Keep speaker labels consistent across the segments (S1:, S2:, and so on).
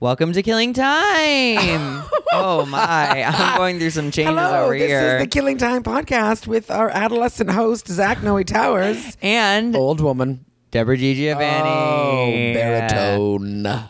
S1: Welcome to Killing Time. oh my, I'm going through some changes
S2: Hello,
S1: over
S2: this
S1: here.
S2: is the Killing Time podcast with our adolescent host Zach Noe Towers.
S1: and
S2: Oh.
S3: Old woman.
S1: Deborah G.
S3: Oh,
S1: Giovanni.
S3: baritone.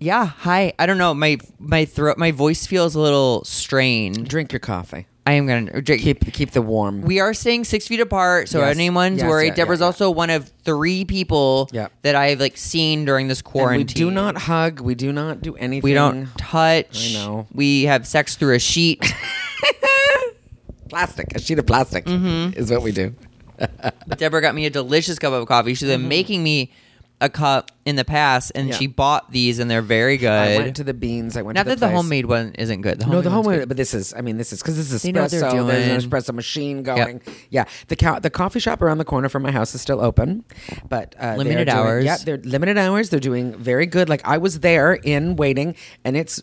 S1: Yeah. Hi. I don't know. My my throat, my voice feels a little strained.
S2: Drink your coffee.
S1: I am gonna drink.
S2: Keep keep the warm.
S1: we are staying six feet apart, so
S2: Yes.
S1: anyone's
S2: Yes,
S1: worried.
S2: yeah,
S1: Deborah's
S2: yeah, yeah.
S1: also one of three people
S2: Yeah.
S1: that I've like seen during this
S2: And we
S1: quarantine.
S2: do not hug. We do not do anything.
S1: We don't touch.
S2: I know.
S1: We have sex through a sheet.
S2: plastic. A sheet of plastic is what we do.
S1: But Deborah got me a delicious cup of coffee. She's been making me a cup in the past, and
S2: Mm-hmm. Yeah.
S1: she bought these, and they're very good.
S2: I went to the beans. I went
S1: Not
S2: to the
S1: that the
S2: place.
S1: homemade one isn't good. The
S2: No, the
S1: one's
S2: homemade.
S1: good.
S2: But this is. I mean, this is because this is
S1: They know what
S2: espresso.
S1: they're doing.
S2: There's an espresso machine going. Yeah, the cow, the coffee shop around the corner from my house is still open, but uh, they
S1: Limited
S2: are doing-
S1: hours.
S2: yeah, they're limited hours. They're doing very good. Like I was there in waiting, and it's.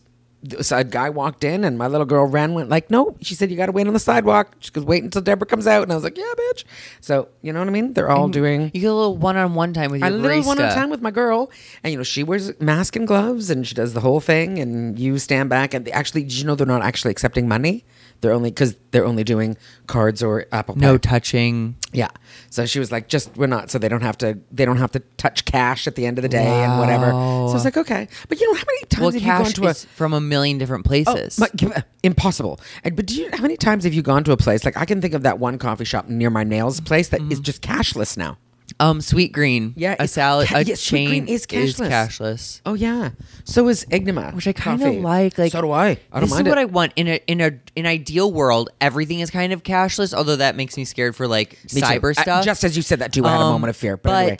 S2: So a guy walked in and my little girl ran went like no she said you got to wait on the sidewalk she goes wait until Deborah comes out and I was like yeah bitch so you know what I mean they're all doing
S1: You get a little one-on-one time with your
S2: I literally went on
S1: barista.
S2: time with my girl, and you know she wears mask and gloves, and she does the whole thing, and you stand back, and they actually, did you know they're not actually accepting money? They're only because they're only doing cards or Apple Pay.
S1: No touching.
S2: yeah. So she was like, just we're not, so they don't have to, they don't have to touch cash at the end of the day and whatever. So I was like, okay, but you know how many times
S1: Well,
S2: have you gone
S1: cash
S2: to a Oh,
S1: is from a million different places.
S2: but give- impossible. And, but do you how many times have you gone to a place like I can think of that one coffee shop near my nails place that is
S1: Mm-hmm.
S2: just cashless now.
S1: um, sweet green.
S2: Yeah,
S1: a
S2: it's
S1: salad.
S2: ca-
S1: a
S2: yeah, Sweet
S1: chain
S2: Green is cashless.
S1: cashless.
S2: Oh yeah. So is Enigma,
S1: Which I kind of
S2: coffee.
S1: like. Like
S2: so do I. I don't
S1: this
S2: mind
S1: is what
S2: it.
S1: I want in a in a in ideal world. Everything is kind of cashless, although that makes me scared for like
S2: Me too.
S1: cyber
S2: Uh,
S1: stuff.
S2: just as you said that too, I had a
S1: Um,
S2: moment of fear. But, anyway.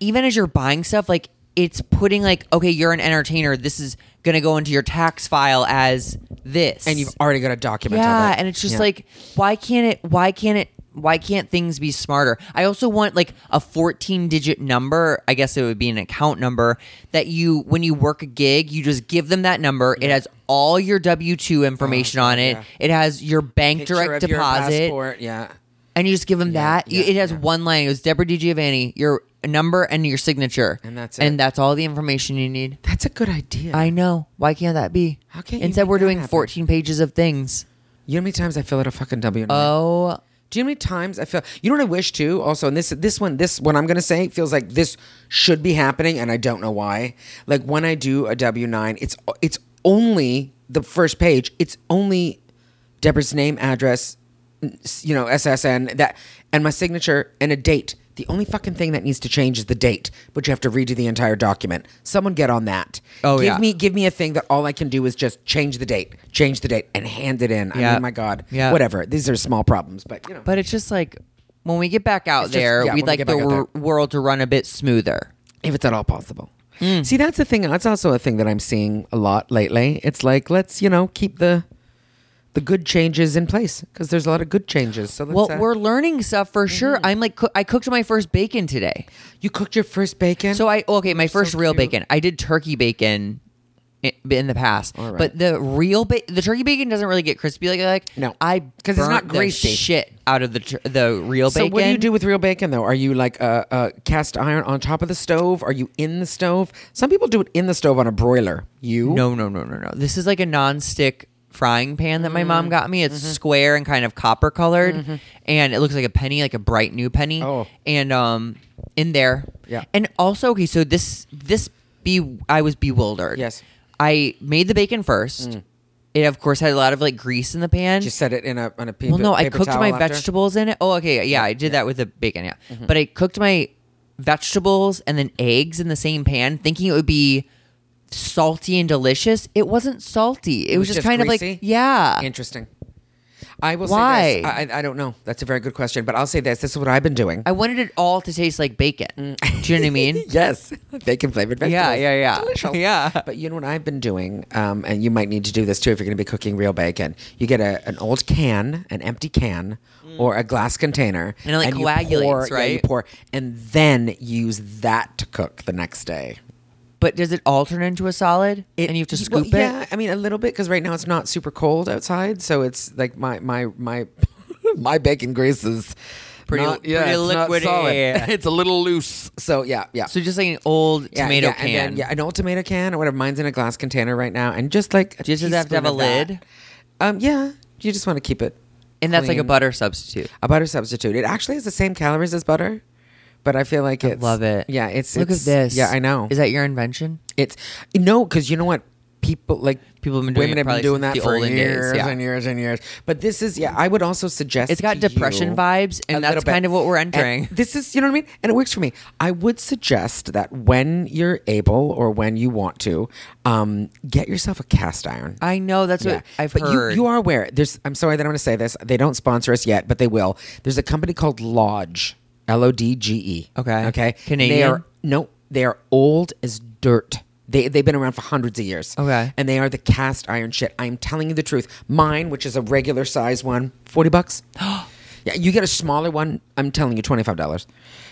S1: even as you're buying stuff, like it's putting like, okay, you're an entertainer. This is gonna go into your tax file as this,
S2: and you've already got a document. of
S1: yeah,
S2: it.
S1: and it's just
S2: Yeah.
S1: like, why can't it? Why can't it? Why can't things be smarter? I also want like a 14 digit number. I guess it would be an account number that you, when you work a gig, you just give them that number. It has all your W 2 information on it,
S2: Uh-huh. yeah.
S1: it has your bank
S2: Picture
S1: direct
S2: of your
S1: deposit
S2: passport, yeah.
S1: and you just give them that. You
S2: yeah,
S1: it has one line. It was Deborah Di Giovanni, your number and your signature,
S2: And that's it.
S1: and that's all the information you need.
S2: That's a good idea.
S1: I know. Why can't that be?
S2: How can't you
S1: Instead,
S2: make
S1: we're
S2: that
S1: doing
S2: happen?
S1: 14 pages of things.
S2: you know how many times I fill out a fucking W nine?
S1: Oh,
S2: Do you know how many times I feel? You know what I wish too. Also, and this this one this what I'm gonna say feels like this should be happening, and I don't know why. Like when I do a W nine, it's it's only the first page. It's only Deborah's name, address, n- s- you know, SSN that, and my signature and a date. The only fucking thing that needs to change is the date, but you have to redo the entire document. Someone get on that.
S1: Oh,
S2: give
S1: yeah.
S2: me give me a thing that all I can do is just change the date, change the date, and hand it in.
S1: Yeah.
S2: I mean, my God,
S1: Yeah.
S2: whatever. These are small problems, but you know.
S1: but it's just like when we get back out
S2: It's just-
S1: there,
S2: yeah, when
S1: we'd
S2: we
S1: like
S2: get
S1: the
S2: back out
S1: wor- world to run a bit smoother.
S2: if it's at all possible.
S1: Hmm.
S2: See, that's the thing. That's also a thing that I'm seeing a lot lately. It's like let's you know keep the the good changes in place because there's a lot of good changes. So let's,
S1: Well,
S2: uh,
S1: we're learning stuff for sure.
S2: Mm-hmm.
S1: I'm like, coo- I cooked my first bacon today.
S2: you cooked your first bacon.
S1: So I okay, my first real
S2: cute.
S1: bacon. I did turkey bacon i- in the past,
S2: All right.
S1: but the real ba- the turkey bacon doesn't really get crispy like like
S2: No.
S1: I
S2: 'Cause it's
S1: burnt
S2: not
S1: the
S2: greasy.
S1: shit out of the tr- the real
S2: So
S1: bacon.
S2: what do you do with real bacon though? Are you like uh, uh, cast iron on top of the stove? Are you in the stove? Some people do it in the stove on a broiler. You
S1: No, no, no, no, no. This is like a non-stick frying pan that my
S2: Mm-hmm.
S1: mom got me. It's square and kind of copper colored, and it looks like a penny, like a bright new penny.
S2: Oh.
S1: and um, in there.
S2: Yeah.
S1: And also, okay, so this this be I was bewildered.
S2: Yes. Mm.
S1: I made the bacon first. It of course had a lot of like grease in the pan.
S2: just set it in a on a pe-
S1: well, no, I
S2: paper
S1: cooked
S2: towel
S1: my
S2: after? Mm-hmm.
S1: vegetables in it. Oh, okay, yeah, I did that with the bacon, yeah. But I cooked my vegetables and then eggs in the same pan, thinking it would be salty and delicious. It wasn't salty. It, was, just,
S2: was just
S1: kind of
S2: greasy?
S1: like yeah.
S2: Interesting. I will
S1: uh, Why?
S2: say this. I, I- I don't know. That's a very good question, but I'll say this. This is what I've been doing.
S1: I wanted it all to taste like bacon.
S2: Mm.
S1: Do you know what I mean?
S2: yes, bacon flavored vegetables.
S1: Yeah, yeah, yeah.
S2: Delicious.
S1: Yeah.
S2: But you know what I've been doing, um, and you might need to do this too if you're going to be cooking real bacon. You get a, an old can, an empty can, or a glass container,
S1: Mm. And it, like,
S2: you
S1: coagulates,
S2: pour- yeah, you
S1: right?
S2: pour, and then use that to cook the next day.
S1: But does it all turn into a solid? and you have to
S2: well,
S1: scoop it.
S2: Yeah, I mean a little bit because right now it's not super cold outside, so it's like my my my my bacon grease is
S1: Pretty,
S2: Not- yeah,
S1: pretty
S2: it's not
S1: liquidy.
S2: solid.
S3: it's a little loose.
S2: So yeah, yeah.
S1: So just like an old
S2: Yeah,
S1: tomato
S2: yeah,
S1: can.
S2: And then, yeah, an old tomato can or whatever. Mine's in a glass container right now, and just like a
S1: Just does it have to have
S2: teaspoon
S1: a
S2: of
S1: lid?
S2: that. Um, yeah, you just want to keep it
S1: And that's like a
S2: clean.
S1: butter substitute.
S2: a butter substitute. It actually has the same calories as butter, but I feel like
S1: I
S2: it's
S1: love it.
S2: Yeah, it's
S1: look
S2: it's-
S1: at this.
S2: Yeah, I know.
S1: Is that your invention?
S2: It's no, because you know what? People like
S1: People have been doing
S2: women
S1: it
S2: have
S1: probably
S2: been doing
S1: since
S2: that
S1: the
S2: for
S1: olden days,
S2: years
S1: yeah.
S2: and years and years. But this is yeah. I would also suggest
S1: It's got
S2: to
S1: depression
S2: you
S1: vibes, and
S2: a
S1: that's
S2: little bit-
S1: kind of what we're
S2: and
S1: entering.
S2: this is you know what I mean, and it works for me. I would suggest that when you're able or when you want to, um, get yourself a cast iron.
S1: I know that's
S2: Yeah.
S1: what I've
S2: but
S1: heard.
S2: You, you are aware. There's. I'm sorry that I'm going to say this. They don't sponsor us yet, but they will. There's a company called Lodge. L O D G E.
S1: Okay.
S2: Okay. They
S1: Canadian?
S2: are no. They are old as dirt. They they've been around for hundreds of years.
S1: Okay.
S2: And they are the cast iron shit. I'm telling you the truth. Mine, which is a regular size one, forty bucks. Yeah, you get a smaller one. I'm telling you, twenty five dollars.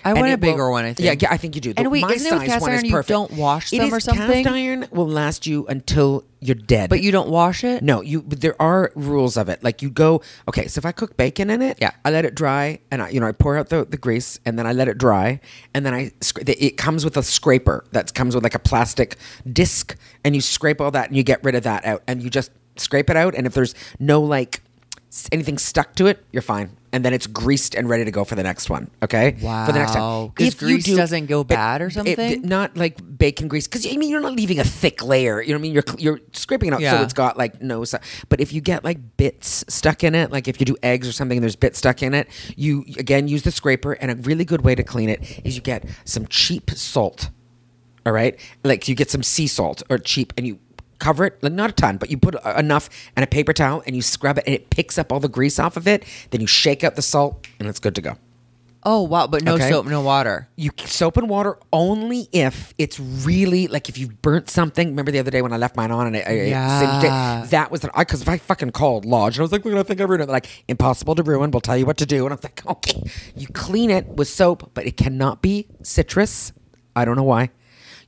S1: I want a bigger one, I think.
S2: Yeah, yeah, I think you do.
S1: And wait,
S2: my
S1: isn't it with
S2: size
S1: cast
S2: one
S1: iron
S2: is
S1: you
S2: perfect.
S1: don't wash
S2: It
S1: them
S2: is-
S1: or something?
S2: Cast iron will last you until you're dead.
S1: but you don't wash it?
S2: No, you. But there are rules of it. Like you go. Okay, so if I cook bacon in it,
S1: Yeah.
S2: I let it dry, and I, you know, I pour out the, the grease, and then I let it dry, and then I. sc- the- It comes with a scraper that comes with like a plastic disc, and you scrape all that, and you get rid of that out, and you just scrape it out, and if there's no like s- anything stuck to it, you're fine. And then it's greased and ready to go for the next one. Okay. For the next
S1: Wow.
S2: time.
S1: 'Cause
S2: If you
S1: grease doesn't go bad or something?
S2: not like bacon grease because I mean you're not leaving a thick layer. You know what I mean? You're you're scraping it out
S1: Yeah.
S2: so it's got like no. su- But if you get like bits stuck in it, like if you do eggs or something, and there's bits stuck in it. You again use the scraper, and a really good way to clean it is you get some cheap salt. All right, like you get some sea salt or cheap, and you cover it like not a ton, but you put uh, enough and a paper towel, and you scrub it, and it picks up all the grease off of it. Then you shake out the salt, and it's good to go
S1: Oh wow, but no
S2: Okay.
S1: soap, no water.
S2: you c- soap and water only if it's really like if you've burnt something. Remember the other day when I left mine on and I, I I
S1: Yeah.
S2: singed it? That was the because if I fucking called Lodge and I was like, look, I think I ruined it. They're like, impossible to ruin. We'll tell you what to do. And I was like, okay. You clean it with soap, but it cannot be citrus. I don't know why.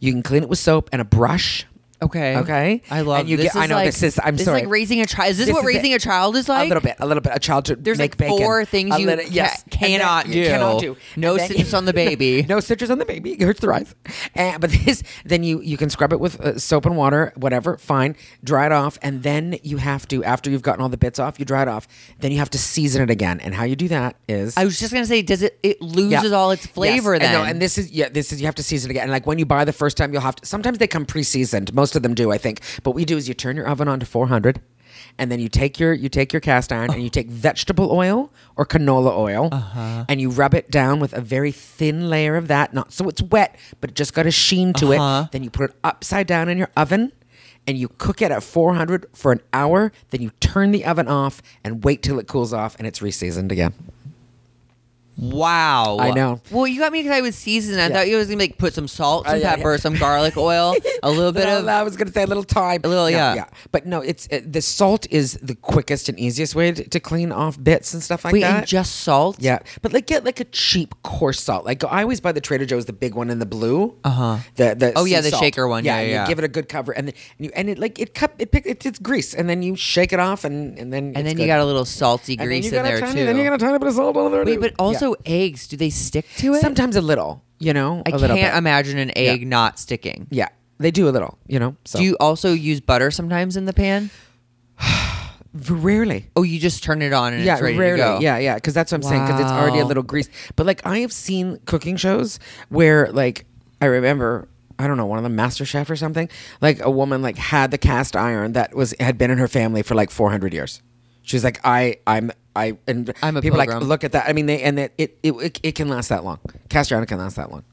S2: You can clean it with soap and a brush.
S1: Okay.
S2: Okay.
S1: I love
S2: And you
S1: this.
S2: get- I
S1: is
S2: know,
S1: like,
S2: this is- I'm
S1: this
S2: sorry.
S1: like raising a child. Is this,
S2: This
S1: what
S2: is
S1: raising
S2: it.
S1: a child is like?
S2: a little bit, a little bit. A child should
S1: There's
S2: make
S1: like
S2: bacon.
S1: four things
S2: A
S1: you
S2: little-
S1: ca-
S2: yes, And then-
S1: cannot
S2: you cannot
S1: do.
S2: do.
S1: No
S2: And then-
S1: citrus on the baby.
S2: no citrus on the baby. It hurts their eyes. And, but this, then you you can scrub it with uh, soap and water, whatever. Fine, dry it off, and then you have to after you've gotten all the bits off, you dry it off. Then you have to season it again. And how you do that is
S1: I was just gonna say, does it? It
S2: yeah.
S1: loses all its
S2: Yes.
S1: flavor
S2: And
S1: then.
S2: no, and this is yeah, this is you have to season again. And like when you buy the first time, you'll have to. Sometimes they come pre-seasoned. Most of them do, I think. But we do is you turn your oven on to 400, and then you take your you take your cast iron and you take vegetable oil or canola oil, and you rub it down with a very thin layer of that. Not so it's wet, but it just got a sheen to
S1: Uh-huh.
S2: it. Then you put it upside down in your oven. And you cook it at 400 for an hour, then you turn the oven off and wait till it cools off and it's reseasoned again.
S1: wow.
S2: I know.
S1: Well, you got me because I was seasoned. I
S2: Yeah.
S1: thought you was gonna like put some salt,
S2: Oh,
S1: some
S2: yeah, yeah.
S1: pepper, some garlic oil, a little bit
S2: Little-
S1: of.
S2: I was gonna say a little time.
S1: A little,
S2: No,
S1: yeah.
S2: But no, it's uh, the salt is the quickest and easiest way to, to clean off bits and stuff like
S1: Wait,
S2: that.
S1: and just salt?
S2: yeah, but like get like a cheap coarse salt. Like I always buy the Trader Joe's, the big one in the blue. Uh
S1: Uh-huh.
S2: The the
S1: Oh, yeah,
S2: sea
S1: the
S2: salt.
S1: shaker one. Yeah,
S2: and
S1: yeah, yeah.
S2: You give it a good cover, and then and you and it like it cup it pick it's, it's grease, and then you shake it off, and and then
S1: And
S2: it's
S1: then
S2: good.
S1: you got a little salty
S2: And then
S1: grease
S2: you
S1: in
S2: got a
S1: there
S2: tiny-
S1: too.
S2: Then you got a tiny bit of salt on there.
S1: Wait,
S2: too.
S1: but
S2: Yeah.
S1: also eggs. Do they stick to it?
S2: sometimes a little, you know,
S1: I
S2: a little
S1: can't
S2: bit.
S1: imagine an egg not sticking.
S2: yeah, they do a little, you know. So
S1: Do you also use butter sometimes in the pan?
S2: rarely.
S1: Oh, you just turn it on and it's ready
S2: rarely.
S1: to go.
S2: Yeah, yeah, because that's what I'm saying. Because it's already a
S1: Wow.
S2: little greased. But like, I have seen cooking shows where, like, I remember, I don't know, one of the Master Chef or something. Like, a woman like had the cast iron that was had been in her family for like 400 years. She was like, I, I'm, I, and
S1: I'm a
S2: people like
S1: pilgrim.
S2: look at that. I mean, they and it, it, it, it can last that long. Cast iron can last that long.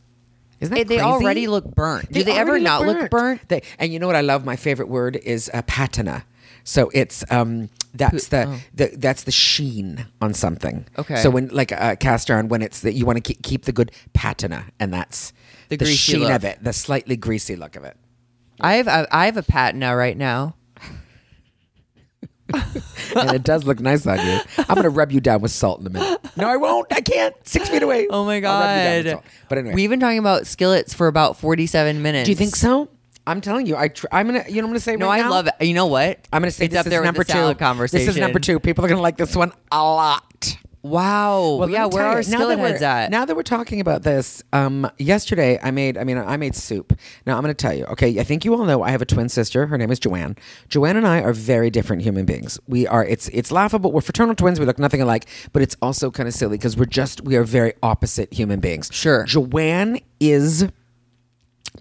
S2: Isn't that
S1: They- they
S2: crazy?
S1: already look burnt. Do they ever
S2: already
S1: not look burnt?
S2: they, and you know what I love? My favorite word is uh, patina. So it's um that's the, the that's the sheen on something.
S1: oh. Okay.
S2: So when like uh, cast iron, when it's that you want to keep, keep the good patina, and that's
S1: The
S2: the,
S1: greasy
S2: sheen
S1: look.
S2: of it, the slightly greasy look of it.
S1: I have I I have a patina right now.
S2: and it does look nice on you. I'm gonna rub you down with salt in a minute. No, I won't. I can't. Six feet away.
S1: Oh my
S2: I'll rub you down with
S1: god!
S2: salt. But anyway,
S1: we've been talking about skillets for about forty-seven minutes.
S2: do you think so? I'm telling you, I tr- I'm gonna. You know, what I'm gonna say.
S1: No,
S2: right
S1: I
S2: now?
S1: love it. You know what?
S2: I'm going to say
S1: it's
S2: this
S1: up there
S2: is
S1: with
S2: number
S1: the salad
S2: two.
S1: Conversation.
S2: This is number two. People are going to like this one a lot.
S1: Wow.
S2: Well, let
S1: yeah,
S2: me
S1: where
S2: tell
S1: are
S2: you, now that
S1: skillet
S2: we're-
S1: heads at?
S2: Now that we're talking about this, um, yesterday I made, I mean, I made soup. Now I'm going to tell you, okay, I think you all know I have a twin sister. Her name is Joanne. Joanne and I are very different human beings. We are, it's, it's laughable. We're fraternal twins. We look nothing alike, but it's also kind of silly because we're just, we are very opposite human beings.
S1: Sure.
S2: Joanne is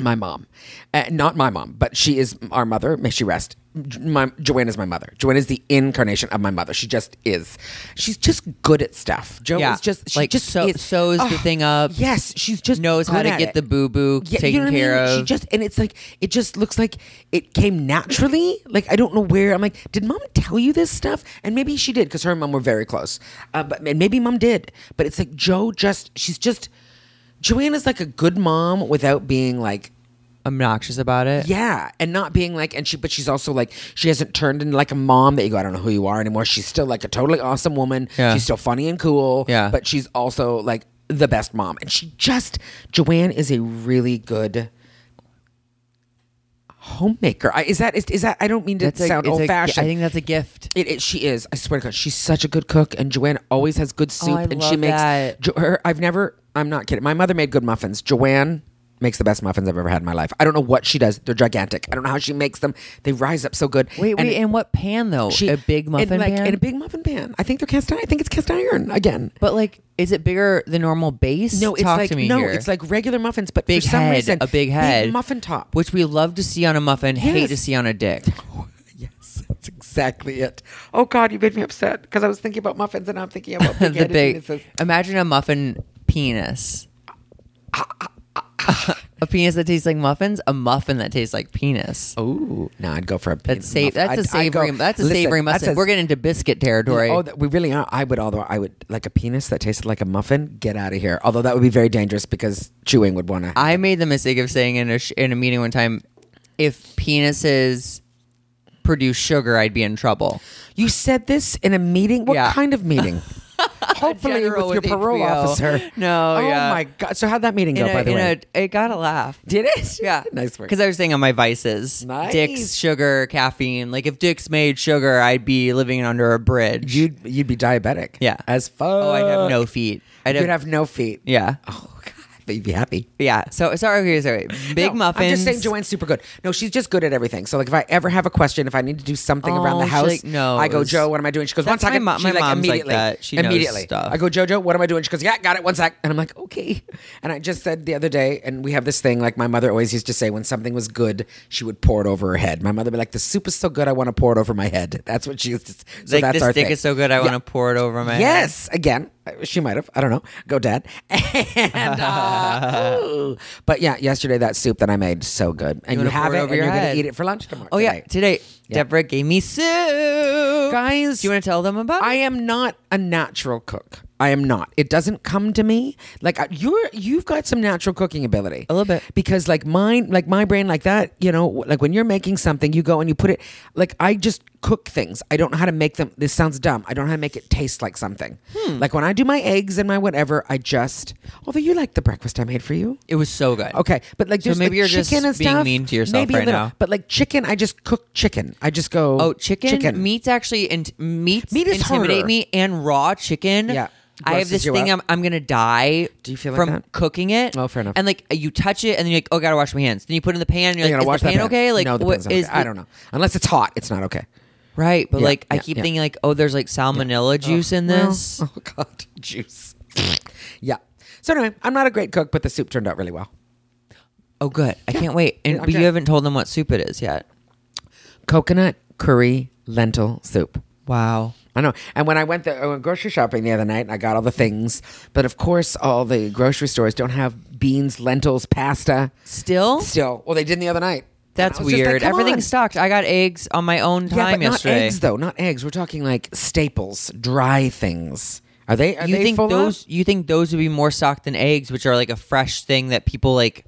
S2: my mom, uh, not my mom, but she is our mother. May she rest. Jo- My, Joanne is my mother. Joanne is the incarnation of my mother. She just is. She's just good at stuff. Joan
S1: Yeah.
S2: is just she
S1: Like,
S2: just
S1: sew-
S2: is-
S1: sews the
S2: Ugh,
S1: thing up,
S2: Yes, she's just
S1: knows how
S2: good
S1: to
S2: at
S1: get
S2: it.
S1: the boo-boo
S2: you know
S1: taken
S2: what I
S1: care
S2: mean? She
S1: of.
S2: just and it's like it just looks like it came naturally. Like I don't know where. I'm like, did mom tell you this stuff? And maybe she did because her and mom were very close. Uh, but and maybe mom did. But it's like Joe just she's just Joanna's like a good mom without being like
S1: Obnoxious about it.
S2: yeah, and not being like, and she, but she's also like, she hasn't turned into like a mom that you go, I don't know who you are anymore. She's still like a totally awesome woman.
S1: Yeah.
S2: She's still funny and cool.
S1: Yeah.
S2: but she's also like the best mom, and she just Joanne is a really good homemaker. I, is that is, is that? I don't mean to
S1: a-
S2: sound
S1: it's a-
S2: old fashioned.
S1: I think that's a gift.
S2: It, it, she is. I swear to God, she's such a good cook, and Joanne always has good soup,
S1: Oh, I
S2: and she
S1: love
S2: makes.
S1: that.
S2: Jo- her, I've never. I'm not kidding. My mother made good muffins. Joanne makes the best muffins I've ever had in my life. I don't know what she does. They're gigantic. I don't know how she makes them. They rise up so good.
S1: Wait,
S2: And
S1: wait, in what pan though?
S2: she-
S1: a big
S2: in,
S1: muffin
S2: like,
S1: pan.
S2: in a big muffin pan. I think they're cast iron. I think it's cast iron again.
S1: but like, is it bigger than normal base?
S2: No, it's
S1: Talk
S2: like
S1: to me
S2: no,
S1: here.
S2: it's like regular muffins, but
S1: big
S2: for some
S1: head,
S2: reason,
S1: a big head,
S2: muffin top.
S1: which we love to see on a muffin, hate
S2: Yes.
S1: to see on a dick.
S2: Yes, that's exactly it. Oh God, you made me upset because I was thinking about muffins and I'm thinking about big
S1: the
S2: headed
S1: big.
S2: penises.
S1: Imagine a muffin penis. a penis that tastes like muffins. A muffin that tastes like penis.
S2: Ooh, no, I'd go for a.
S1: that's sa- That's a savory. that's a savory muffin. We're getting into biscuit territory.
S2: Oh, that- we really are. I would, although I would like a penis that tasted like a muffin. Get out of here. Although that would be very dangerous because chewing would want to.
S1: I made the mistake of saying in a sh- in a meeting one time, if penises produce sugar, I'd be in trouble.
S2: You said this in a meeting. What
S1: Yeah.
S2: kind of meeting? Hopefully with,
S1: General
S2: your
S1: with
S2: parole
S1: HBO.
S2: officer.
S1: No,
S2: Oh
S1: yeah.
S2: my god. So how'd that meeting go?
S1: In a-
S2: by the
S1: in
S2: way,
S1: a- it got a laugh.
S2: did it?
S1: Yeah,
S2: nice work.
S1: Because I was saying on my vices,
S2: Nice.
S1: dicks, sugar, caffeine. Like if dicks made sugar, I'd be living under a bridge.
S2: you'd you'd be diabetic.
S1: Yeah.
S2: As fuck.
S1: oh, I'd have no feet. I'd
S2: You'd have no feet.
S1: yeah,
S2: Oh god. But you'd be happy.
S1: yeah. So sorry, okay, sorry. Big
S2: No,
S1: muffins.
S2: I'm just saying Joanne's super good. No, she's just good at everything. So like if I ever have a question, if I need to do something around
S1: Oh,
S2: the
S1: she,
S2: house,
S1: like, knows.
S2: I go, Joe, what am I doing? She goes, one
S1: That's my
S2: second.
S1: mo-
S2: She,
S1: my
S2: like,
S1: mom's like
S2: immediately,
S1: that. She knows
S2: immediately.
S1: stuff.
S2: I go, Jojo, what am I doing? She goes, yeah, got it, one sec. And I'm like, okay. And I just said the other day, and we have this thing, like my mother always used to say, when something was good, she would pour it over her head. My mother would be like, the soup is so good, I want to pour it over my head. That's what she used to so
S1: like
S2: that's
S1: this
S2: our
S1: dick
S2: thing.
S1: is so good, I want to pour it over my head.
S2: Yes, again, she might have. I don't know. Go, Dad. And, uh, ooh. but yeah, yesterday that soup that I made so good, and you,
S1: wanna pour
S2: have
S1: it
S2: it,
S1: over
S2: and
S1: your
S2: you're
S1: head.
S2: gonna eat it for lunch tomorrow.
S1: Oh yeah, today
S2: today.
S1: Deborah gave me soup.
S2: Guys,
S1: do you want to tell them about?
S2: I
S1: it?
S2: am not a natural cook. I am not. It doesn't come to me. Like I- you're, you've got some natural cooking ability.
S1: A little bit.
S2: Because like mine, like my brain, like that. You know, like when you're making something, you go and you put it. Like I just cook things. I don't know how to make them. This sounds dumb. I don't know how to make it taste like something.
S1: Hmm.
S2: Like when I do my eggs and my whatever, I just. Although you like the breakfast I made for you.
S1: It was so good.
S2: Okay, but like there's
S1: maybe
S2: like,
S1: you're just
S2: chicken and
S1: being
S2: stuff.
S1: mean to yourself
S2: maybe a
S1: right
S2: little,
S1: now.
S2: But like chicken, I just cook chicken. I just go.
S1: Oh, chicken,
S2: Chicken.
S1: meats actually and meats
S2: Meat is
S1: intimidate
S2: harder.
S1: me and raw chicken.
S2: Yeah.
S1: I have
S2: Grosses
S1: this
S2: you
S1: thing
S2: up.
S1: I'm, I'm gonna die
S2: Do you feel like
S1: from
S2: that?
S1: cooking it.
S2: Oh, fair enough.
S1: And like you touch it and then you're like, oh, gotta wash my hands. Then you put it in the pan. And you're
S2: You
S1: like,
S2: gotta
S1: is
S2: watch
S1: the
S2: that
S1: pan okay? Like,
S2: no, the
S1: what
S2: pan's not
S1: is
S2: okay.
S1: the-
S2: I don't know. Unless it's hot, it's not okay.
S1: Right, but
S2: Yeah,
S1: like I
S2: yeah,
S1: keep
S2: yeah.
S1: thinking like, oh, there's like salmonella juice in
S2: Well,
S1: this.
S2: oh God, juice. yeah. So anyway, I'm not a great cook, but the soup turned out really well.
S1: Oh, good. I can't wait. And
S2: Yeah,
S1: but you
S2: okay.
S1: haven't told them what soup it is yet.
S2: Coconut curry lentil soup.
S1: Wow.
S2: I know. And when I went the, I went grocery shopping the other night, and I got all the things, but of course, all the grocery stores don't have beans, lentils, pasta.
S1: Still,
S2: Still, well, they did the other night.
S1: that's
S2: And I was just like,
S1: weird.
S2: "Come
S1: Everything's
S2: on."
S1: stocked. I got eggs on my own
S2: Yeah,
S1: time
S2: but
S1: yesterday.
S2: not eggs though. Not eggs. We're talking like staples, dry things. Are they? Are
S1: you
S2: they
S1: think
S2: full up?
S1: those you think those would be more stocked than eggs, which are like a fresh thing that people like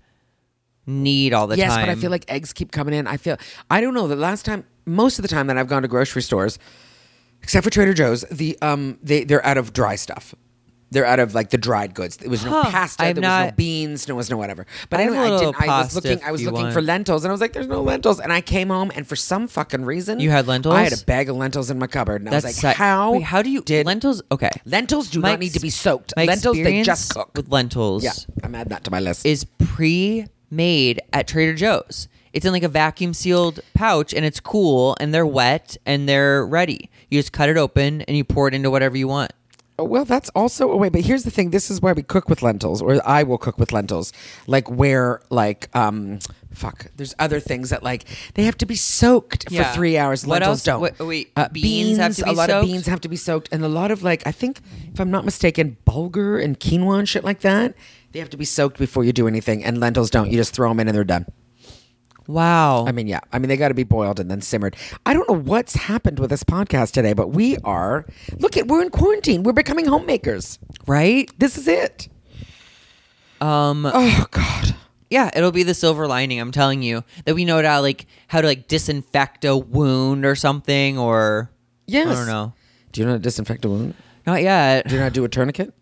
S1: need all the
S2: yes,
S1: time.
S2: but I feel like eggs keep coming in. I feel I don't know. The last time, most of the time that I've gone to grocery stores, except for Trader Joe's, the um they they're out of dry stuff. They're out of like the dried goods. It was no
S1: Huh,
S2: pasta.
S1: I've
S2: there was no
S1: not-
S2: beans. There was no whatever. But
S1: I have
S2: anyway, I
S1: a little
S2: didn't. I was
S1: pasta
S2: looking.
S1: if
S2: I was
S1: you
S2: looking
S1: want.
S2: for lentils, and I was like, "There's no lentils." And I came home, and for some fucking reason,
S1: You had lentils?
S2: I had a bag of lentils in my cupboard, and I was like,
S1: si-
S2: "How?
S1: Wait, how do you
S2: did
S1: lentils? Okay,
S2: Lentils do
S1: My
S2: not need to
S1: ex-
S2: be soaked.
S1: my
S2: Lentils they just
S1: experience
S2: cook.
S1: with lentils.
S2: yeah, I'm adding that to my list.
S1: is pre-made at Trader Joe's. It's in like a vacuum sealed pouch and it's cool and they're wet and they're ready. You just cut it open and you pour it into whatever you want.
S2: Oh, well, that's also a way. But here's the thing: this is why we cook with lentils, or I will cook with lentils. Like where, like, um, fuck. There's other things that like they have to be soaked
S1: Yeah.
S2: for three hours.
S1: What
S2: lentils
S1: else?
S2: don't.
S1: Wait, wait, beans have to
S2: a
S1: be
S2: lot of
S1: soaked?
S2: beans have to be soaked, and a lot of like I think if I'm not mistaken, bulgur and quinoa and shit like that. They have to be soaked before you do anything, and lentils don't. You just throw them in and they're done.
S1: Wow.
S2: I mean, yeah. I mean, they got to be boiled and then simmered. I don't know what's happened with this podcast today, but we are. Look at we're in quarantine. We're becoming homemakers.
S1: right?
S2: This is it.
S1: Um
S2: Oh God.
S1: yeah, it'll be the silver lining, I'm telling you. That we know how like how to like disinfect a wound or something or
S2: Yes.
S1: I don't know.
S2: Do you know how to disinfect a wound?
S1: Not yet.
S2: Do you know how to do a tourniquet?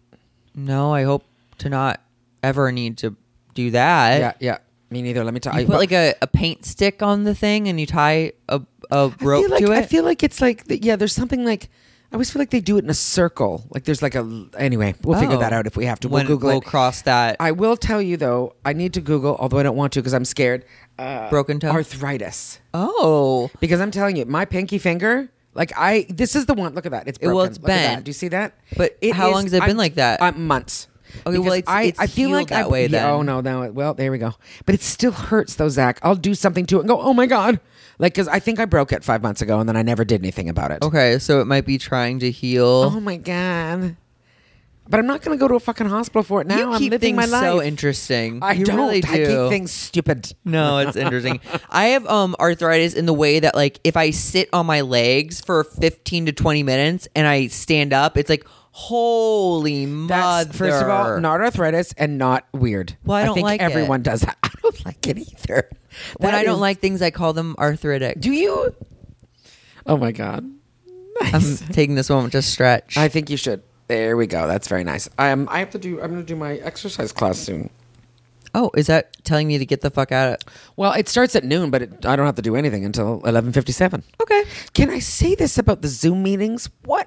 S1: No, I hope to not ever need to do that.
S2: yeah, yeah. Me neither. Let me tell
S1: You put like a, a paint stick on the thing and you tie a, a
S2: I
S1: rope
S2: feel like,
S1: to it.
S2: I feel like it's like the, yeah. There's something like I always feel like they do it in a circle. Like there's like a anyway. We'll figure
S1: Oh.
S2: that out if we have to. We'll
S1: When
S2: Google
S1: we'll
S2: it.
S1: cross that.
S2: I will tell you though. I need to Google, although I don't want to because I'm scared. Uh,
S1: Broken toe?
S2: arthritis.
S1: oh,
S2: Because I'm telling you, my pinky finger, like I, this is the one. Look at that. It's
S1: Well,
S2: broken.
S1: it's
S2: Look at that.
S1: bent.
S2: Do you see that?
S1: But how long has it been like that?
S2: Uh, months.
S1: Okay, well,
S2: Because
S1: it's- it's healed that
S2: I,
S1: way
S2: yeah,
S1: then.
S2: Oh no, no. Well, there we go. But it still hurts though, Zach. I'll do something to it and go, oh my god, like because I think I broke it five months ago and then I never did anything about it.
S1: okay. So it might be trying to heal.
S2: Oh my god. But I'm not gonna go to a fucking hospital for it now.
S1: you
S2: I'm
S1: keep
S2: living
S1: things
S2: my life.
S1: so interesting.
S2: I
S1: You
S2: don't.
S1: Really do.
S2: I keep things stupid.
S1: No, it's interesting. I have um arthritis in the way that like if I sit on my legs for 15 to 20 minutes and I stand up, it's like holy mother.
S2: That's first of all not arthritis and not weird.
S1: Well, I don't
S2: think
S1: like it.
S2: everyone does that. I don't like it either.
S1: when
S2: That
S1: I don't
S2: is-
S1: like things, I call them arthritic.
S2: do you? Oh my god,
S1: I'm
S2: nice.
S1: taking this moment to stretch.
S2: I think you should. There we go. That's very nice. Um, I have to do. I'm going to do my exercise class soon.
S1: oh, is that telling me to get the fuck out of?
S2: Well, it starts at noon, but it, I don't have to do anything until 11:57.
S1: Okay.
S2: Can I say this about the Zoom meetings? What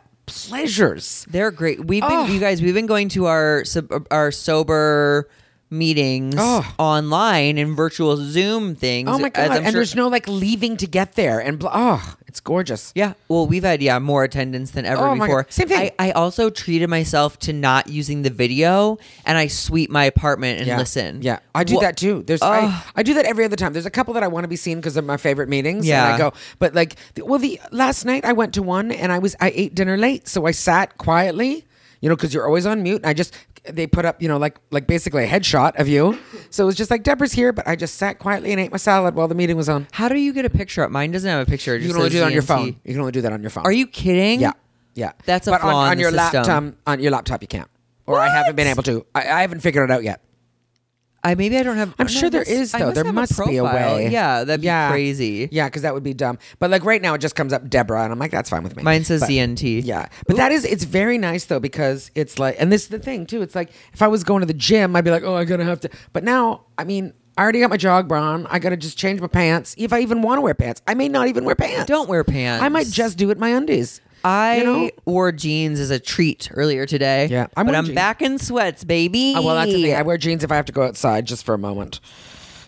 S2: pleasures!
S1: They're great. We've been,
S2: Oh.
S1: you guys, we've been going to our sub, our sober meetings
S2: Oh.
S1: online and virtual Zoom things.
S2: Oh my
S1: as
S2: god!
S1: I'm
S2: And
S1: sure-
S2: there's no like leaving to get there, and blah, oh, it's gorgeous.
S1: yeah. Well, we've had yeah more attendance than ever
S2: Oh my
S1: before.
S2: God. Same thing.
S1: I, I also treated myself to not using the video, and I sweep my apartment and
S2: yeah.
S1: listen.
S2: Yeah, I do
S1: Wha-
S2: that too. There's
S1: Ugh.
S2: I, I do that every other time. There's a couple that I want to be seen because they're my favorite meetings. and I
S1: Yeah.
S2: go. But like, the- well, the last night I went to one and I was I ate dinner late, so I sat quietly. You know, because you're always on mute. And I just they put up you know like like basically a headshot of you. So it was just like Deborah's here, but I just sat quietly and ate my salad while the meeting was on.
S1: How do you get a picture up? Mine doesn't have a picture. It
S2: You
S1: just
S2: can only
S1: says
S2: do that on your
S1: ZNT.
S2: phone. You can only do that on your phone.
S1: Are you kidding?
S2: Yeah, yeah.
S1: That's a
S2: but
S1: flaw
S2: on,
S1: in
S2: on
S1: the
S2: your
S1: system.
S2: laptop. On your laptop, you can't. Or I haven't been able to. I, I haven't figured it out yet.
S1: I maybe I don't have.
S2: I'm
S1: no,
S2: sure there
S1: that's-
S2: is
S1: I
S2: though. There
S1: have
S2: must be a
S1: profile.
S2: way.
S1: Yeah, that'd be
S2: Yeah.
S1: crazy.
S2: Yeah, because that would be dumb. But like right now, it just comes up Deborah, and I'm like, that's fine with me.
S1: Mine says
S2: but,
S1: ZNT.
S2: Yeah, but that is it's very nice though because it's like, and this is the thing too. It's like if I was going to the gym, I'd be like, oh, I'm gonna have to. But now, I mean, I already got my jog bra on. I gotta just change my pants if I even want to wear pants. I may not even wear pants.
S1: Don't wear pants.
S2: I might just do it in my undies.
S1: I
S2: you know?
S1: wore jeans as a treat earlier today.
S2: Yeah, I'm
S1: but
S2: wearing
S1: I'm
S2: jeans.
S1: back in sweats, baby.
S2: Oh, well, that's the thing. I wear jeans if I have to go outside just for a moment.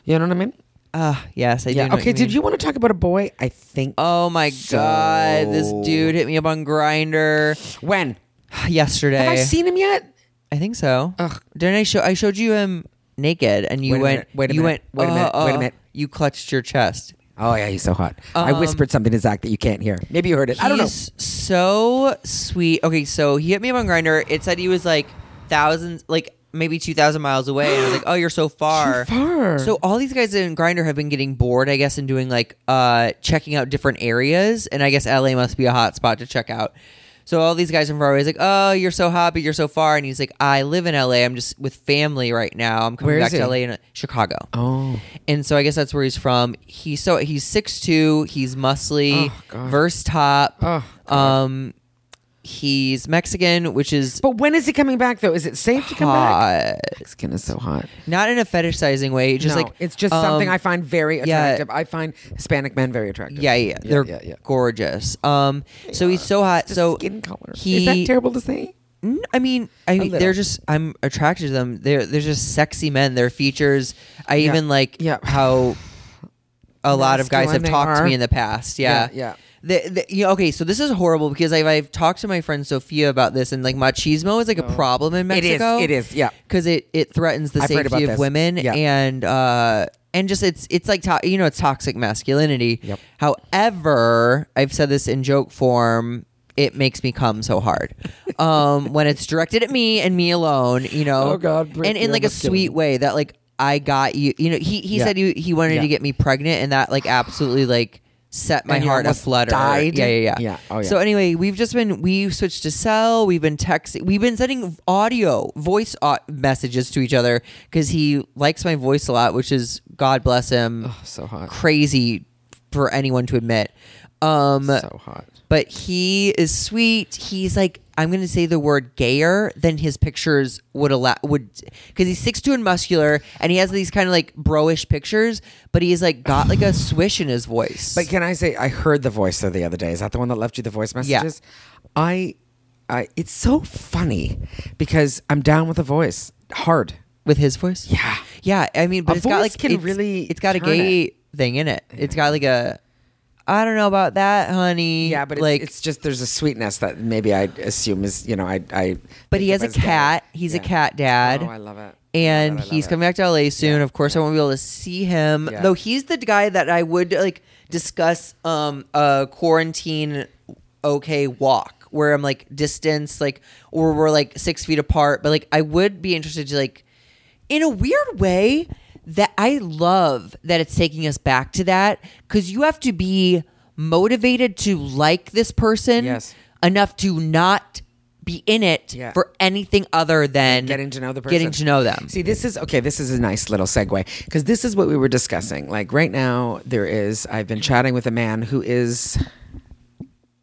S2: You know what I mean?
S1: Ah, yes, I do.
S2: Yeah.
S1: know what
S2: Okay. Did
S1: mean.
S2: you want to talk about a boy? I think.
S1: Oh my god, this dude hit me up on Grinder
S2: When?
S1: yesterday.
S2: Have I seen him yet?
S1: I think so.
S2: Ugh.
S1: Didn't I show? I showed you him naked, and you
S2: Wait a
S1: went.
S2: minute, wait a
S1: you
S2: minute,
S1: went.
S2: wait a minute,
S1: uh,
S2: wait a
S1: uh,
S2: minute.
S1: You clutched your chest.
S2: Oh yeah, he's so hot. I whispered something to Zach that you can't hear. Maybe you heard it. I don't know.
S1: Um, He's so sweet. Okay, so he hit me up on Grinder. It said he was like thousands, like maybe two thousand miles away. And I was like, oh, you're so far.
S2: Too far.
S1: So all these guys in Grinder have been getting bored, I guess, and doing like uh checking out different areas. And I guess LA must be a hot spot to check out. So all these guys from far away is like, oh, you're so hot, but you're so far. And he's like, I live in LA. I'm just with family right now. I'm coming
S2: Where
S1: back
S2: is he?
S1: to LA in uh, Chicago.
S2: Oh.
S1: And so I guess that's where he's from. He's so he's six two. He's muscly,
S2: Oh, God.
S1: verse top.
S2: Oh,
S1: um, He's Mexican, which is
S2: But when is he coming back though? Is it safe to come back?
S1: hot.
S2: Mexican is so hot.
S1: Not in a fetishizing way. Just
S2: no,
S1: like
S2: it's just
S1: um,
S2: something I find very
S1: yeah.
S2: attractive. I find Hispanic men very attractive.
S1: Yeah, yeah, they're
S2: yeah, yeah.
S1: gorgeous. Um, so he's so hot.
S2: Just
S1: so
S2: skin color.
S1: He,
S2: is that terrible to say?
S1: N- I mean, I mean,
S2: little.
S1: they're just I'm attracted to them. They're they're just sexy men. Their features. I even like
S2: Yeah.
S1: how a lot of guys have
S2: Masculine they
S1: talked to
S2: are.
S1: me in the past. Yeah,
S2: Yeah, yeah.
S1: The, the, you know, okay, so this is horrible because I've, I've talked to my friend Sophia about this, and like machismo is like a problem in
S2: Oh. It is,
S1: Mexico.
S2: it is, yeah.
S1: because it it threatens the
S2: I've heard about
S1: safety of
S2: this.
S1: women
S2: Yeah.
S1: and uh and just it's it's like to, you know it's toxic masculinity.
S2: Yep.
S1: However, I've said this in joke form. It makes me come so hard um, when it's directed at me and me alone. You know,
S2: Oh, God, Brit,
S1: and in
S2: you're
S1: like a
S2: almost killing
S1: sweet way that like I got you. You know, he he
S2: Yeah.
S1: said he he wanted
S2: Yeah.
S1: to get me pregnant, and that like absolutely like set my
S2: And you
S1: heart
S2: almost
S1: aflutter.
S2: died?
S1: Yeah, yeah, yeah.
S2: Yeah. Oh, yeah.
S1: So anyway, we've just been we switched to cell. We've been texting. We've been sending audio voice au- messages to each other because he likes my voice a lot, which is God bless him.
S2: Oh, so hot.
S1: Crazy for anyone to admit. Um,
S2: so hot.
S1: but he is sweet. He's like I'm going to say the word gayer than his pictures would allow would because he's six two and muscular and he has these kind of like broish pictures, but he's like got like a swish in his voice.
S2: But can I say I heard the voice though the other day? Is that the one that left you the voice
S1: Yeah.
S2: messages? I, I. It's so funny because I'm down with the voice hard.
S1: with his voice.
S2: Yeah.
S1: yeah. I mean, but
S2: A
S1: it's got
S2: voice
S1: like
S2: can
S1: it's,
S2: really
S1: it's got a
S2: turn
S1: gay thing in it. It's got like a I don't know about that, honey.
S2: Yeah, but it's,
S1: like
S2: it's just there's a sweetness that maybe I assume is you know I I.
S1: but he has
S2: think
S1: a
S2: of as gay.
S1: cat. He's a
S2: Yeah.
S1: cat dad.
S2: Oh, I love it. I
S1: and
S2: love it, I
S1: he's
S2: love it.
S1: coming back to LA soon. Of course, I won't be able to see him.
S2: Yeah.
S1: Though he's the guy that I would like discuss um a quarantine okay walk where I'm like distance like or we're like six feet apart. But like I would be interested to like in a weird way that I love that it's taking us back to that because you have to be motivated to like this person
S2: Yes.
S1: enough to not be in it
S2: Yeah.
S1: for anything other than
S2: getting to know the person
S1: Getting to know them.
S2: see this is okay this is a nice little segue because this is what we were discussing like right now there is i've been chatting with a man who is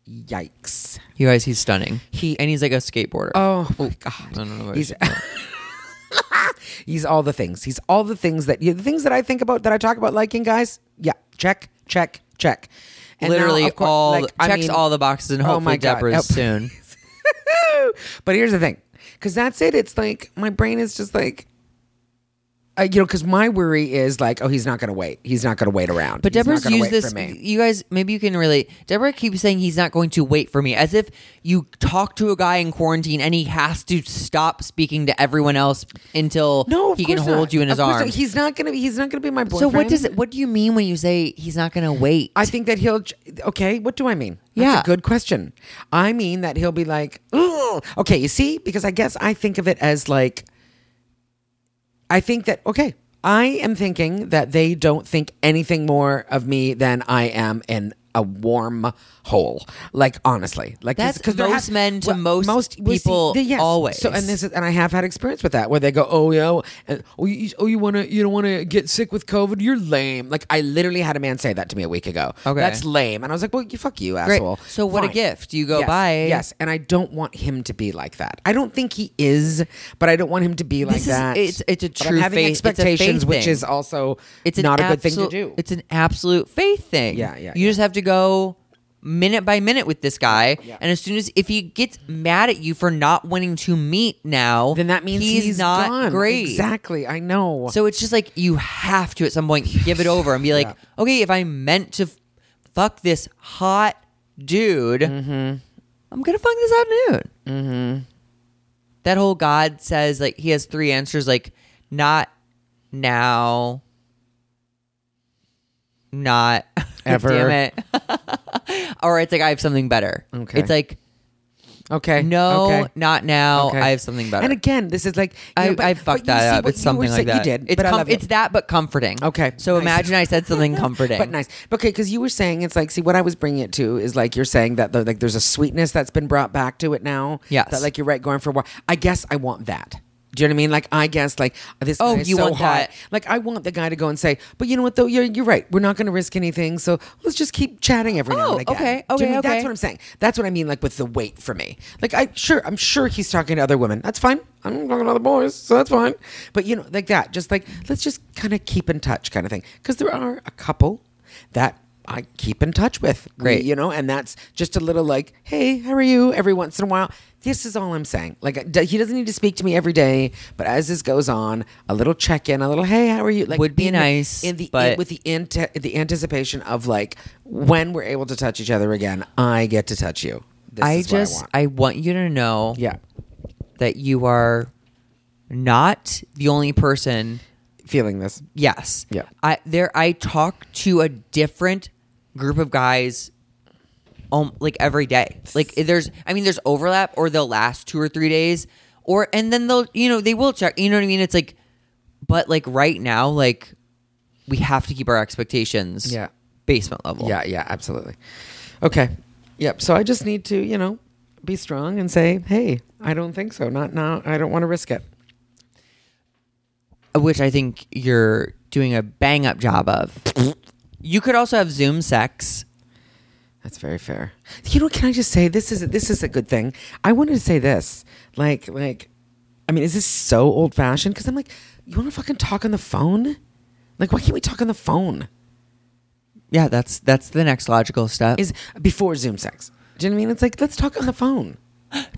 S2: yikes
S1: You guys, he's stunning.
S2: He-
S1: and he's like a skateboarder.
S2: oh my god
S1: I don't know. What
S2: he's he's all the things he's all the things that yeah, the things that i think about that i talk about liking guys yeah check check check And now,
S1: literally
S2: of cour-
S1: all
S2: like, I
S1: checks
S2: mean-
S1: all the boxes and
S2: Oh
S1: hopefully
S2: my God.
S1: Deborah's
S2: Help.
S1: soon.
S2: but here's the thing because that's it it's like my brain is just like uh, you know because my worry is like oh he's not gonna wait he's not gonna wait around
S1: But
S2: He's not
S1: Deborah's
S2: gonna
S1: used
S2: wait
S1: this.
S2: for me.
S1: You guys, maybe you can relate. Deborah keeps saying he's not going to wait for me, as if you talk to a guy in quarantine and he has to stop speaking to everyone else until
S2: no of
S1: he can
S2: course
S1: hold
S2: not.
S1: you in his
S2: Of course not.
S1: arms.
S2: he's not gonna be he's not gonna be my boyfriend
S1: So what does it? What do you mean when you say he's not going to wait?
S2: I think that he'll j- okay. What do I mean?
S1: Yeah.
S2: That's a good question. I mean that he'll be like, "Ugh." okay, you see, because I guess I think of it as like, I think that okay, I am thinking that they don't think anything more of me than I am in a warm hole. Like honestly, like 'cause-
S1: That's
S2: 'cause there
S1: most men to most
S2: well, see,
S1: people
S2: the- yes.
S1: always.
S2: So and this is and I have had experience with that where they go, oh yeah, and, oh you, oh you wanna you don't wanna get sick with COVID, you're lame. Like I literally had a man say that to me a week ago.
S1: Okay.
S2: That's lame. And I was like, well, you fuck you,
S1: Great.
S2: asshole.
S1: So what a
S2: Fine.
S1: gift. You go
S2: yes,
S1: by.
S2: Yes, and I don't want him to be like that. I don't think he is, but I don't want him to be like
S1: This is-
S2: that.
S1: it's- it's a
S2: But I'm
S1: true
S2: having
S1: faith- it's a faith
S2: expectations, which
S1: thing.
S2: is also
S1: it's
S2: it's
S1: an
S2: not a good thing to
S1: absolute-
S2: do.
S1: It's an absolute faith thing.
S2: Yeah, yeah,
S1: You
S2: yeah.
S1: just have to go minute by minute with this guy,
S2: Yeah.
S1: and as soon as if he gets mad at you for not wanting to meet now,
S2: then that means
S1: he's, not
S2: gone.
S1: great.
S2: Exactly, I know.
S1: So it's just like you have to at some point give it over and be like, okay, if I meant to f- fuck this hot dude,
S2: Mm-hmm.
S1: I'm gonna fuck this hot dude. Mm-hmm. That whole God says like he has three answers like not now, not
S2: Ever.
S1: damn it, or it's like I have something better.
S2: Okay.
S1: it's like
S2: okay,
S1: no,
S2: okay.
S1: not now.
S2: Okay.
S1: Oh, I have something better.
S2: And again, this is like you
S1: I,
S2: know, but-
S1: I fucked
S2: but you
S1: that
S2: see
S1: up.
S2: what
S1: It's
S2: you
S1: something
S2: were
S1: like
S2: saying-
S1: that.
S2: You did,
S1: It's
S2: but I
S1: com-
S2: love you.
S1: it's that, but comforting.
S2: Okay,
S1: So
S2: nice.
S1: imagine I said something comforting.
S2: but nice. Okay, because you were saying it's like, see, what I was bringing it to is like you're saying that there- like there's a sweetness that's been brought back to it now.
S1: Yes.
S2: that like you're right going for a while. I guess I want that. Do you know what I mean? Like I guess like this.
S1: Oh,
S2: guy is
S1: you
S2: so
S1: want
S2: hot.
S1: that.
S2: Like I want the guy to go and say, but you know what though? You're you're right. We're not going to risk anything. So let's just keep chatting every now
S1: Oh,
S2: and again.
S1: okay,
S2: Do you know what I mean?
S1: okay, okay.
S2: That's what I'm saying. That's what I mean. Like with the weight for me. Like I sure I'm sure he's talking to other women. That's fine. I'm talking to other boys, so that's fine. But you know, like that. Just like let's just kind of keep in touch, kind of thing. Because there are a couple that. I keep in touch with.
S1: Great.
S2: We, you know, and that's just a little like, hey, how are you? Every once in a while. This is all I'm saying. Like, d- he doesn't need to speak to me every day, but as this goes on, a little check in, a little, hey, how are you? Like,
S1: Would be
S2: in-
S1: nice,
S2: in the
S1: but-
S2: with the ante- the anticipation of like when we're able to touch each other again. I get to touch you. This
S1: I
S2: is what
S1: just
S2: want.
S1: I want you to know
S2: yeah
S1: that you are not the only person
S2: feeling this.
S1: Yes.
S2: Yeah.
S1: I there I talk to a different group of guys um like every day. Like there's I mean there's overlap or they'll last two or three days or and then they'll you know they will check. You know what I mean? It's like but like right now like we have to keep our expectations
S2: Yeah.
S1: basement level.
S2: Yeah, yeah, absolutely. Okay. Yep. So I just need to you know be strong and say, hey, I don't think so. Not now. I don't want to risk it.
S1: Which I think you're doing a bang up job of. you could also have Zoom sex.
S2: That's very fair. You know, can I just say this is this is a good thing. I wanted to say this, like, like, I mean, is this so old fashioned? Because I'm like, you want to fucking talk on the phone? Like, why can't we talk on the phone?
S1: Yeah, that's that's the next logical step.
S2: Is before Zoom sex? Do you know what I mean? It's like let's talk on the phone.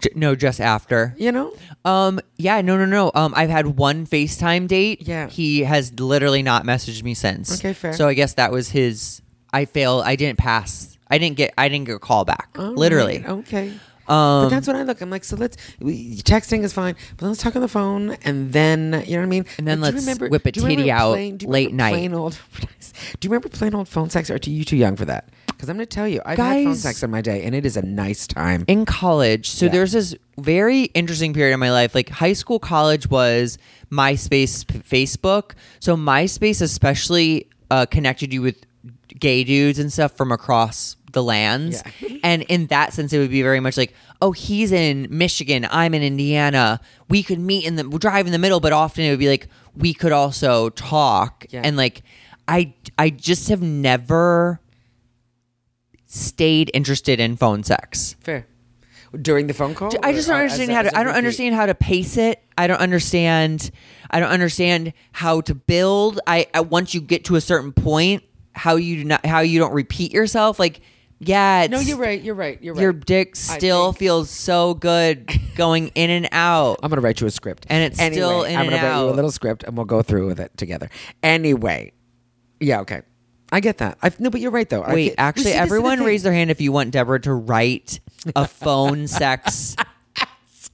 S1: J- no, just after.
S2: You know?
S1: Um. Yeah. No. No. No. Um. I've had one FaceTime date.
S2: Yeah.
S1: He has literally not messaged me since.
S2: Okay, fair.
S1: So I guess that was his. I failed. I didn't pass. I didn't get. I didn't get a call back.
S2: All right,
S1: literally.
S2: Okay. but
S1: Um,
S2: that's what I look. I'm like, so let's we, texting is fine, but let's talk on the phone, and then you know what I mean.
S1: And then
S2: Like, do you
S1: let's
S2: remember-
S1: whip a
S2: do you remember
S1: titty out
S2: plain- do you
S1: late
S2: remember
S1: night.
S2: Plain old. Do you remember plain old phone sex, or are you too young for that? Because I'm going to tell you, I've had phone
S1: Guys-
S2: sex on my day, and it is a nice time.
S1: in college. So
S2: Yeah.
S1: there's this very interesting period in my life. Like high school, college was MySpace, p- Facebook. So MySpace especially uh, connected you with gay dudes and stuff from across the lands.
S2: Yeah.
S1: and in that sense, it would be very much like, oh, he's in Michigan, I'm in Indiana. We could meet in the we'll drive in the middle, but often it would be like we could also talk
S2: Yeah.
S1: and like. I, I just have never stayed interested in phone sex.
S2: Fair. During the phone call, uh,
S1: I just don't understand how to. I don't understand how to pace it. I don't understand. I don't understand how to build. I, I once you get to a certain point, how you do not how you don't repeat yourself. Like, yeah, it's,
S2: No, you're right. You're right. You're right.
S1: Your dick still
S2: think-
S1: feels so good going in and out.
S2: I'm going to write you a script.
S1: And it's
S2: anyway,
S1: still in
S2: I'm
S1: and
S2: gonna write you
S1: out.
S2: a little script and we'll go through with it together. Anyway. Yeah, okay. I get that. I No, but you're right, though. I
S1: Wait,
S2: get-
S1: actually,
S2: See, this is the
S1: everyone
S2: thing.
S1: raise their hand if you want Deborah to write a phone sex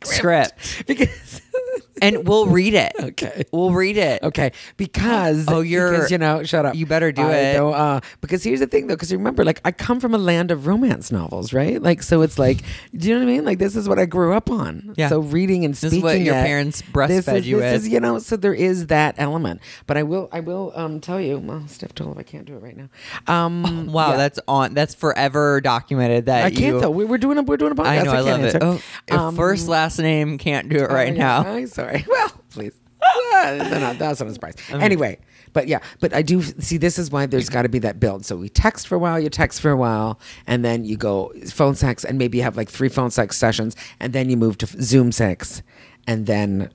S1: script,
S2: Because.
S1: and we'll read it.
S2: Okay.
S1: we'll read it.
S2: Okay, because
S1: Oh, you're-
S2: because, you know shut up.
S1: you better do
S2: I
S1: it.
S2: know, uh, because here's the thing though, because remember, like I come from a land of romance novels, right? Like so, it's like, do you know what I mean? Like this is what I grew up on.
S1: Yeah.
S2: So reading and
S1: This
S2: speaking.
S1: is what your
S2: it,
S1: parents
S2: this
S1: breastfed
S2: is,
S1: you
S2: this
S1: with.
S2: is, you know, so there is that element. But I will, I will um, tell you. Well, Steph told him I can't do it right now. Um,
S1: Wow,
S2: yeah.
S1: that's on. That's forever documented. That
S2: I can't
S1: you,
S2: though. We, we're doing a we're doing a podcast.
S1: I know. I,
S2: can't
S1: love it.
S2: answer.
S1: Oh, your
S2: Um,
S1: first last name can't do it right
S2: Oh, yeah.
S1: now.
S2: I'm sorry. Well, please. Well, no, no, that's not a surprise. Anyway, but yeah, but I do see this is why there's got to be that build. So we text for a while, you text for a while, and then you go phone sex, and maybe you have like three phone sex sessions, and then you move to Zoom sex, and then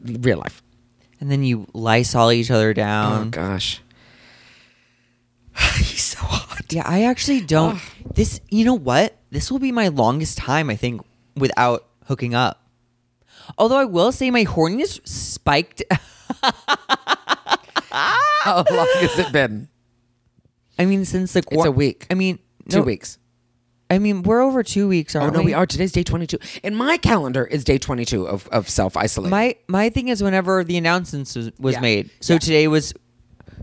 S2: real life.
S1: And then you lysol each other
S2: Oh
S1: down.
S2: gosh, he's so hot.
S1: yeah, I actually don't. This, you know what? This will be my longest time I think without hooking up. Although I will say my horniness spiked.
S2: How long has it been?
S1: I mean, since the
S2: It's a week.
S1: I mean,
S2: Two
S1: no,
S2: weeks.
S1: I mean, we're over two weeks,
S2: Oh
S1: aren't
S2: no,
S1: we?
S2: we are. Today's day twenty-two. In my calendar, is day twenty-two of of self isolation.
S1: My my thing is whenever the announcement was, was
S2: Yeah.
S1: made. So today was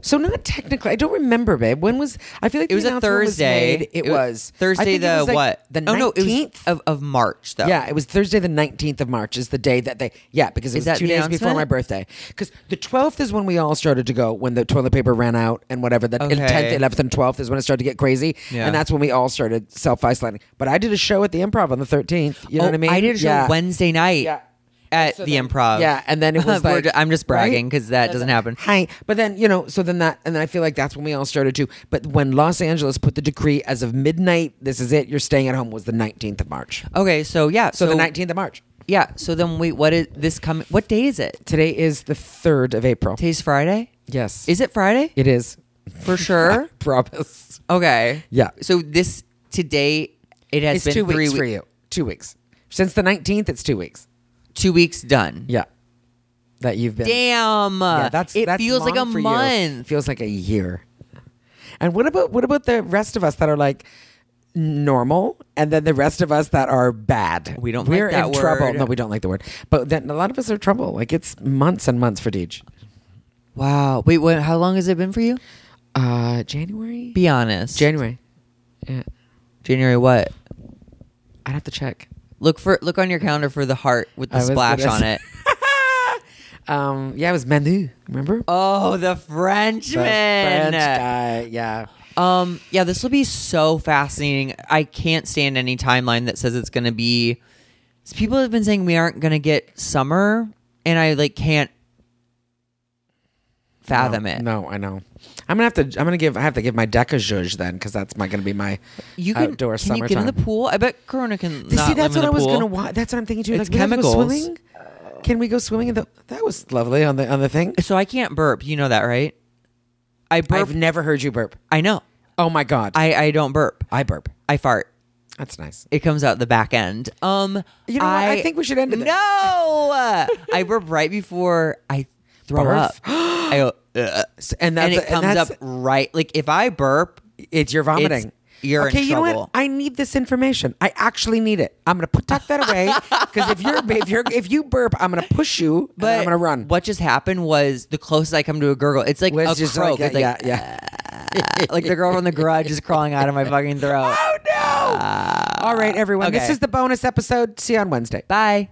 S2: So not technically, I don't remember, babe. When was I feel like
S1: It was a Thursday.
S2: it, was I
S1: Thursday.
S2: think it
S1: The
S2: was, like,
S1: what?
S2: The
S1: Oh, no, it was oh.
S2: nineteenth.
S1: of of March though.
S2: yeah, it was Thursday the nineteenth of March is the day that they yeah because it
S1: Is
S2: was
S1: that
S2: two
S1: the
S2: days before
S1: announcement?
S2: my birthday because the twelfth is when we all started to go when the toilet paper ran out and whatever the
S1: Okay.
S2: tenth, eleventh, and twelfth is when it started to get crazy
S1: Yeah.
S2: and that's when we all started self isolating. But I did a show at the Improv on the thirteenth. You know
S1: Oh,
S2: what I mean?
S1: did a show
S2: Yeah.
S1: Wednesday night.
S2: Yeah.
S1: at the improv.
S2: Yeah, and then it was
S1: We're
S2: like-
S1: ju- I'm just bragging
S2: right?
S1: because that doesn't happen.
S2: Hi. But then, you know, so then that, and then I feel like that's when we all started to. But when Los Angeles put the decree as of midnight, this is it, you're staying at home, was the 19th of March.
S1: Okay, so yeah,
S2: So,
S1: so,
S2: the 19th of March.
S1: Yeah, so then wait, what is this coming? What day is it?
S2: Today is the 3rd of April.
S1: Today's Friday.
S2: Yes.
S1: Is it Friday
S2: it is.
S1: for sure?
S2: Promise.
S1: Okay.
S2: Yeah.
S1: So this today it has
S2: It's
S1: been
S2: two
S1: three
S2: weeks
S1: we-
S2: for you. Two weeks. Since the 19th, it's two weeks.
S1: two weeks done.
S2: Yeah. That you've been.
S1: Damn.
S2: Yeah, that's
S1: Uh, it
S2: that's
S1: feels like a
S2: long for you.
S1: month.
S2: Feels like a year. And what about what about the rest of us that are like normal, and then the rest of us that are bad?
S1: We don't like
S2: We're
S1: that
S2: in trouble.
S1: word.
S2: No, we don't like the word. But then a lot of us are trouble. Like it's months and months for Deej.
S1: Wow. Wait, what, how long has it been for you?
S2: Uh, January.
S1: Be honest.
S2: January. Yeah,
S1: January what?
S2: I'd have to check.
S1: Look for look on your calendar for the heart with the
S2: I was gonna
S1: splash on
S2: say-
S1: it.
S2: Um, yeah, it was Manu. Remember?
S1: Oh, the
S2: The
S1: Frenchman.
S2: French guy. Yeah.
S1: Um, yeah, this will be so fascinating. I can't stand any timeline that says it's going to be. People have been saying we aren't going to get summer, and I like can't fathom
S2: no,
S1: it.
S2: No, I know. I'm gonna have to. I'm gonna give. I have to give my deck a zhuzh then, because that's my gonna be my
S1: You can
S2: outdoor
S1: can you get in
S2: summertime.
S1: the pool? I bet Corona can.
S2: See,
S1: not live
S2: that's what
S1: in
S2: I
S1: the
S2: was
S1: pool.
S2: gonna. Wa- that's what I'm thinking too.
S1: It's
S2: like, we have to go
S1: chemicals.
S2: swimming. Can we go swimming? In the- that was lovely on the on the thing.
S1: So I can't burp. You know that, right? I burp.
S2: I've never heard you burp.
S1: I know.
S2: Oh my god,
S1: I I don't burp.
S2: I burp.
S1: I fart.
S2: That's nice.
S1: It comes out the back end. Um,
S2: You know what? I think we should end it
S1: No,
S2: there.
S1: I burp right before I throw
S2: Barf?
S1: up. I go, "Ugh."
S2: S- and that's-
S1: and it
S2: and
S1: comes
S2: that's-
S1: up right. Like if I burp,
S2: It's your vomiting.
S1: you're in
S2: okay. you know what?
S1: trouble.
S2: I need this information. I actually need it. I'm gonna put, tuck that away because if you're if you're if you burp, I'm gonna push you. But
S1: but
S2: I'm gonna run.
S1: What just happened was the closest I come to a gurgle. It's like
S2: It's
S1: a croak.
S2: yeah,
S1: it's like,
S2: yeah, yeah.
S1: like the girl from the garage is crawling out of my fucking throat.
S2: Oh no! All right, everyone. This
S1: okay.
S2: is the bonus episode. See you on Wednesday.
S1: Bye.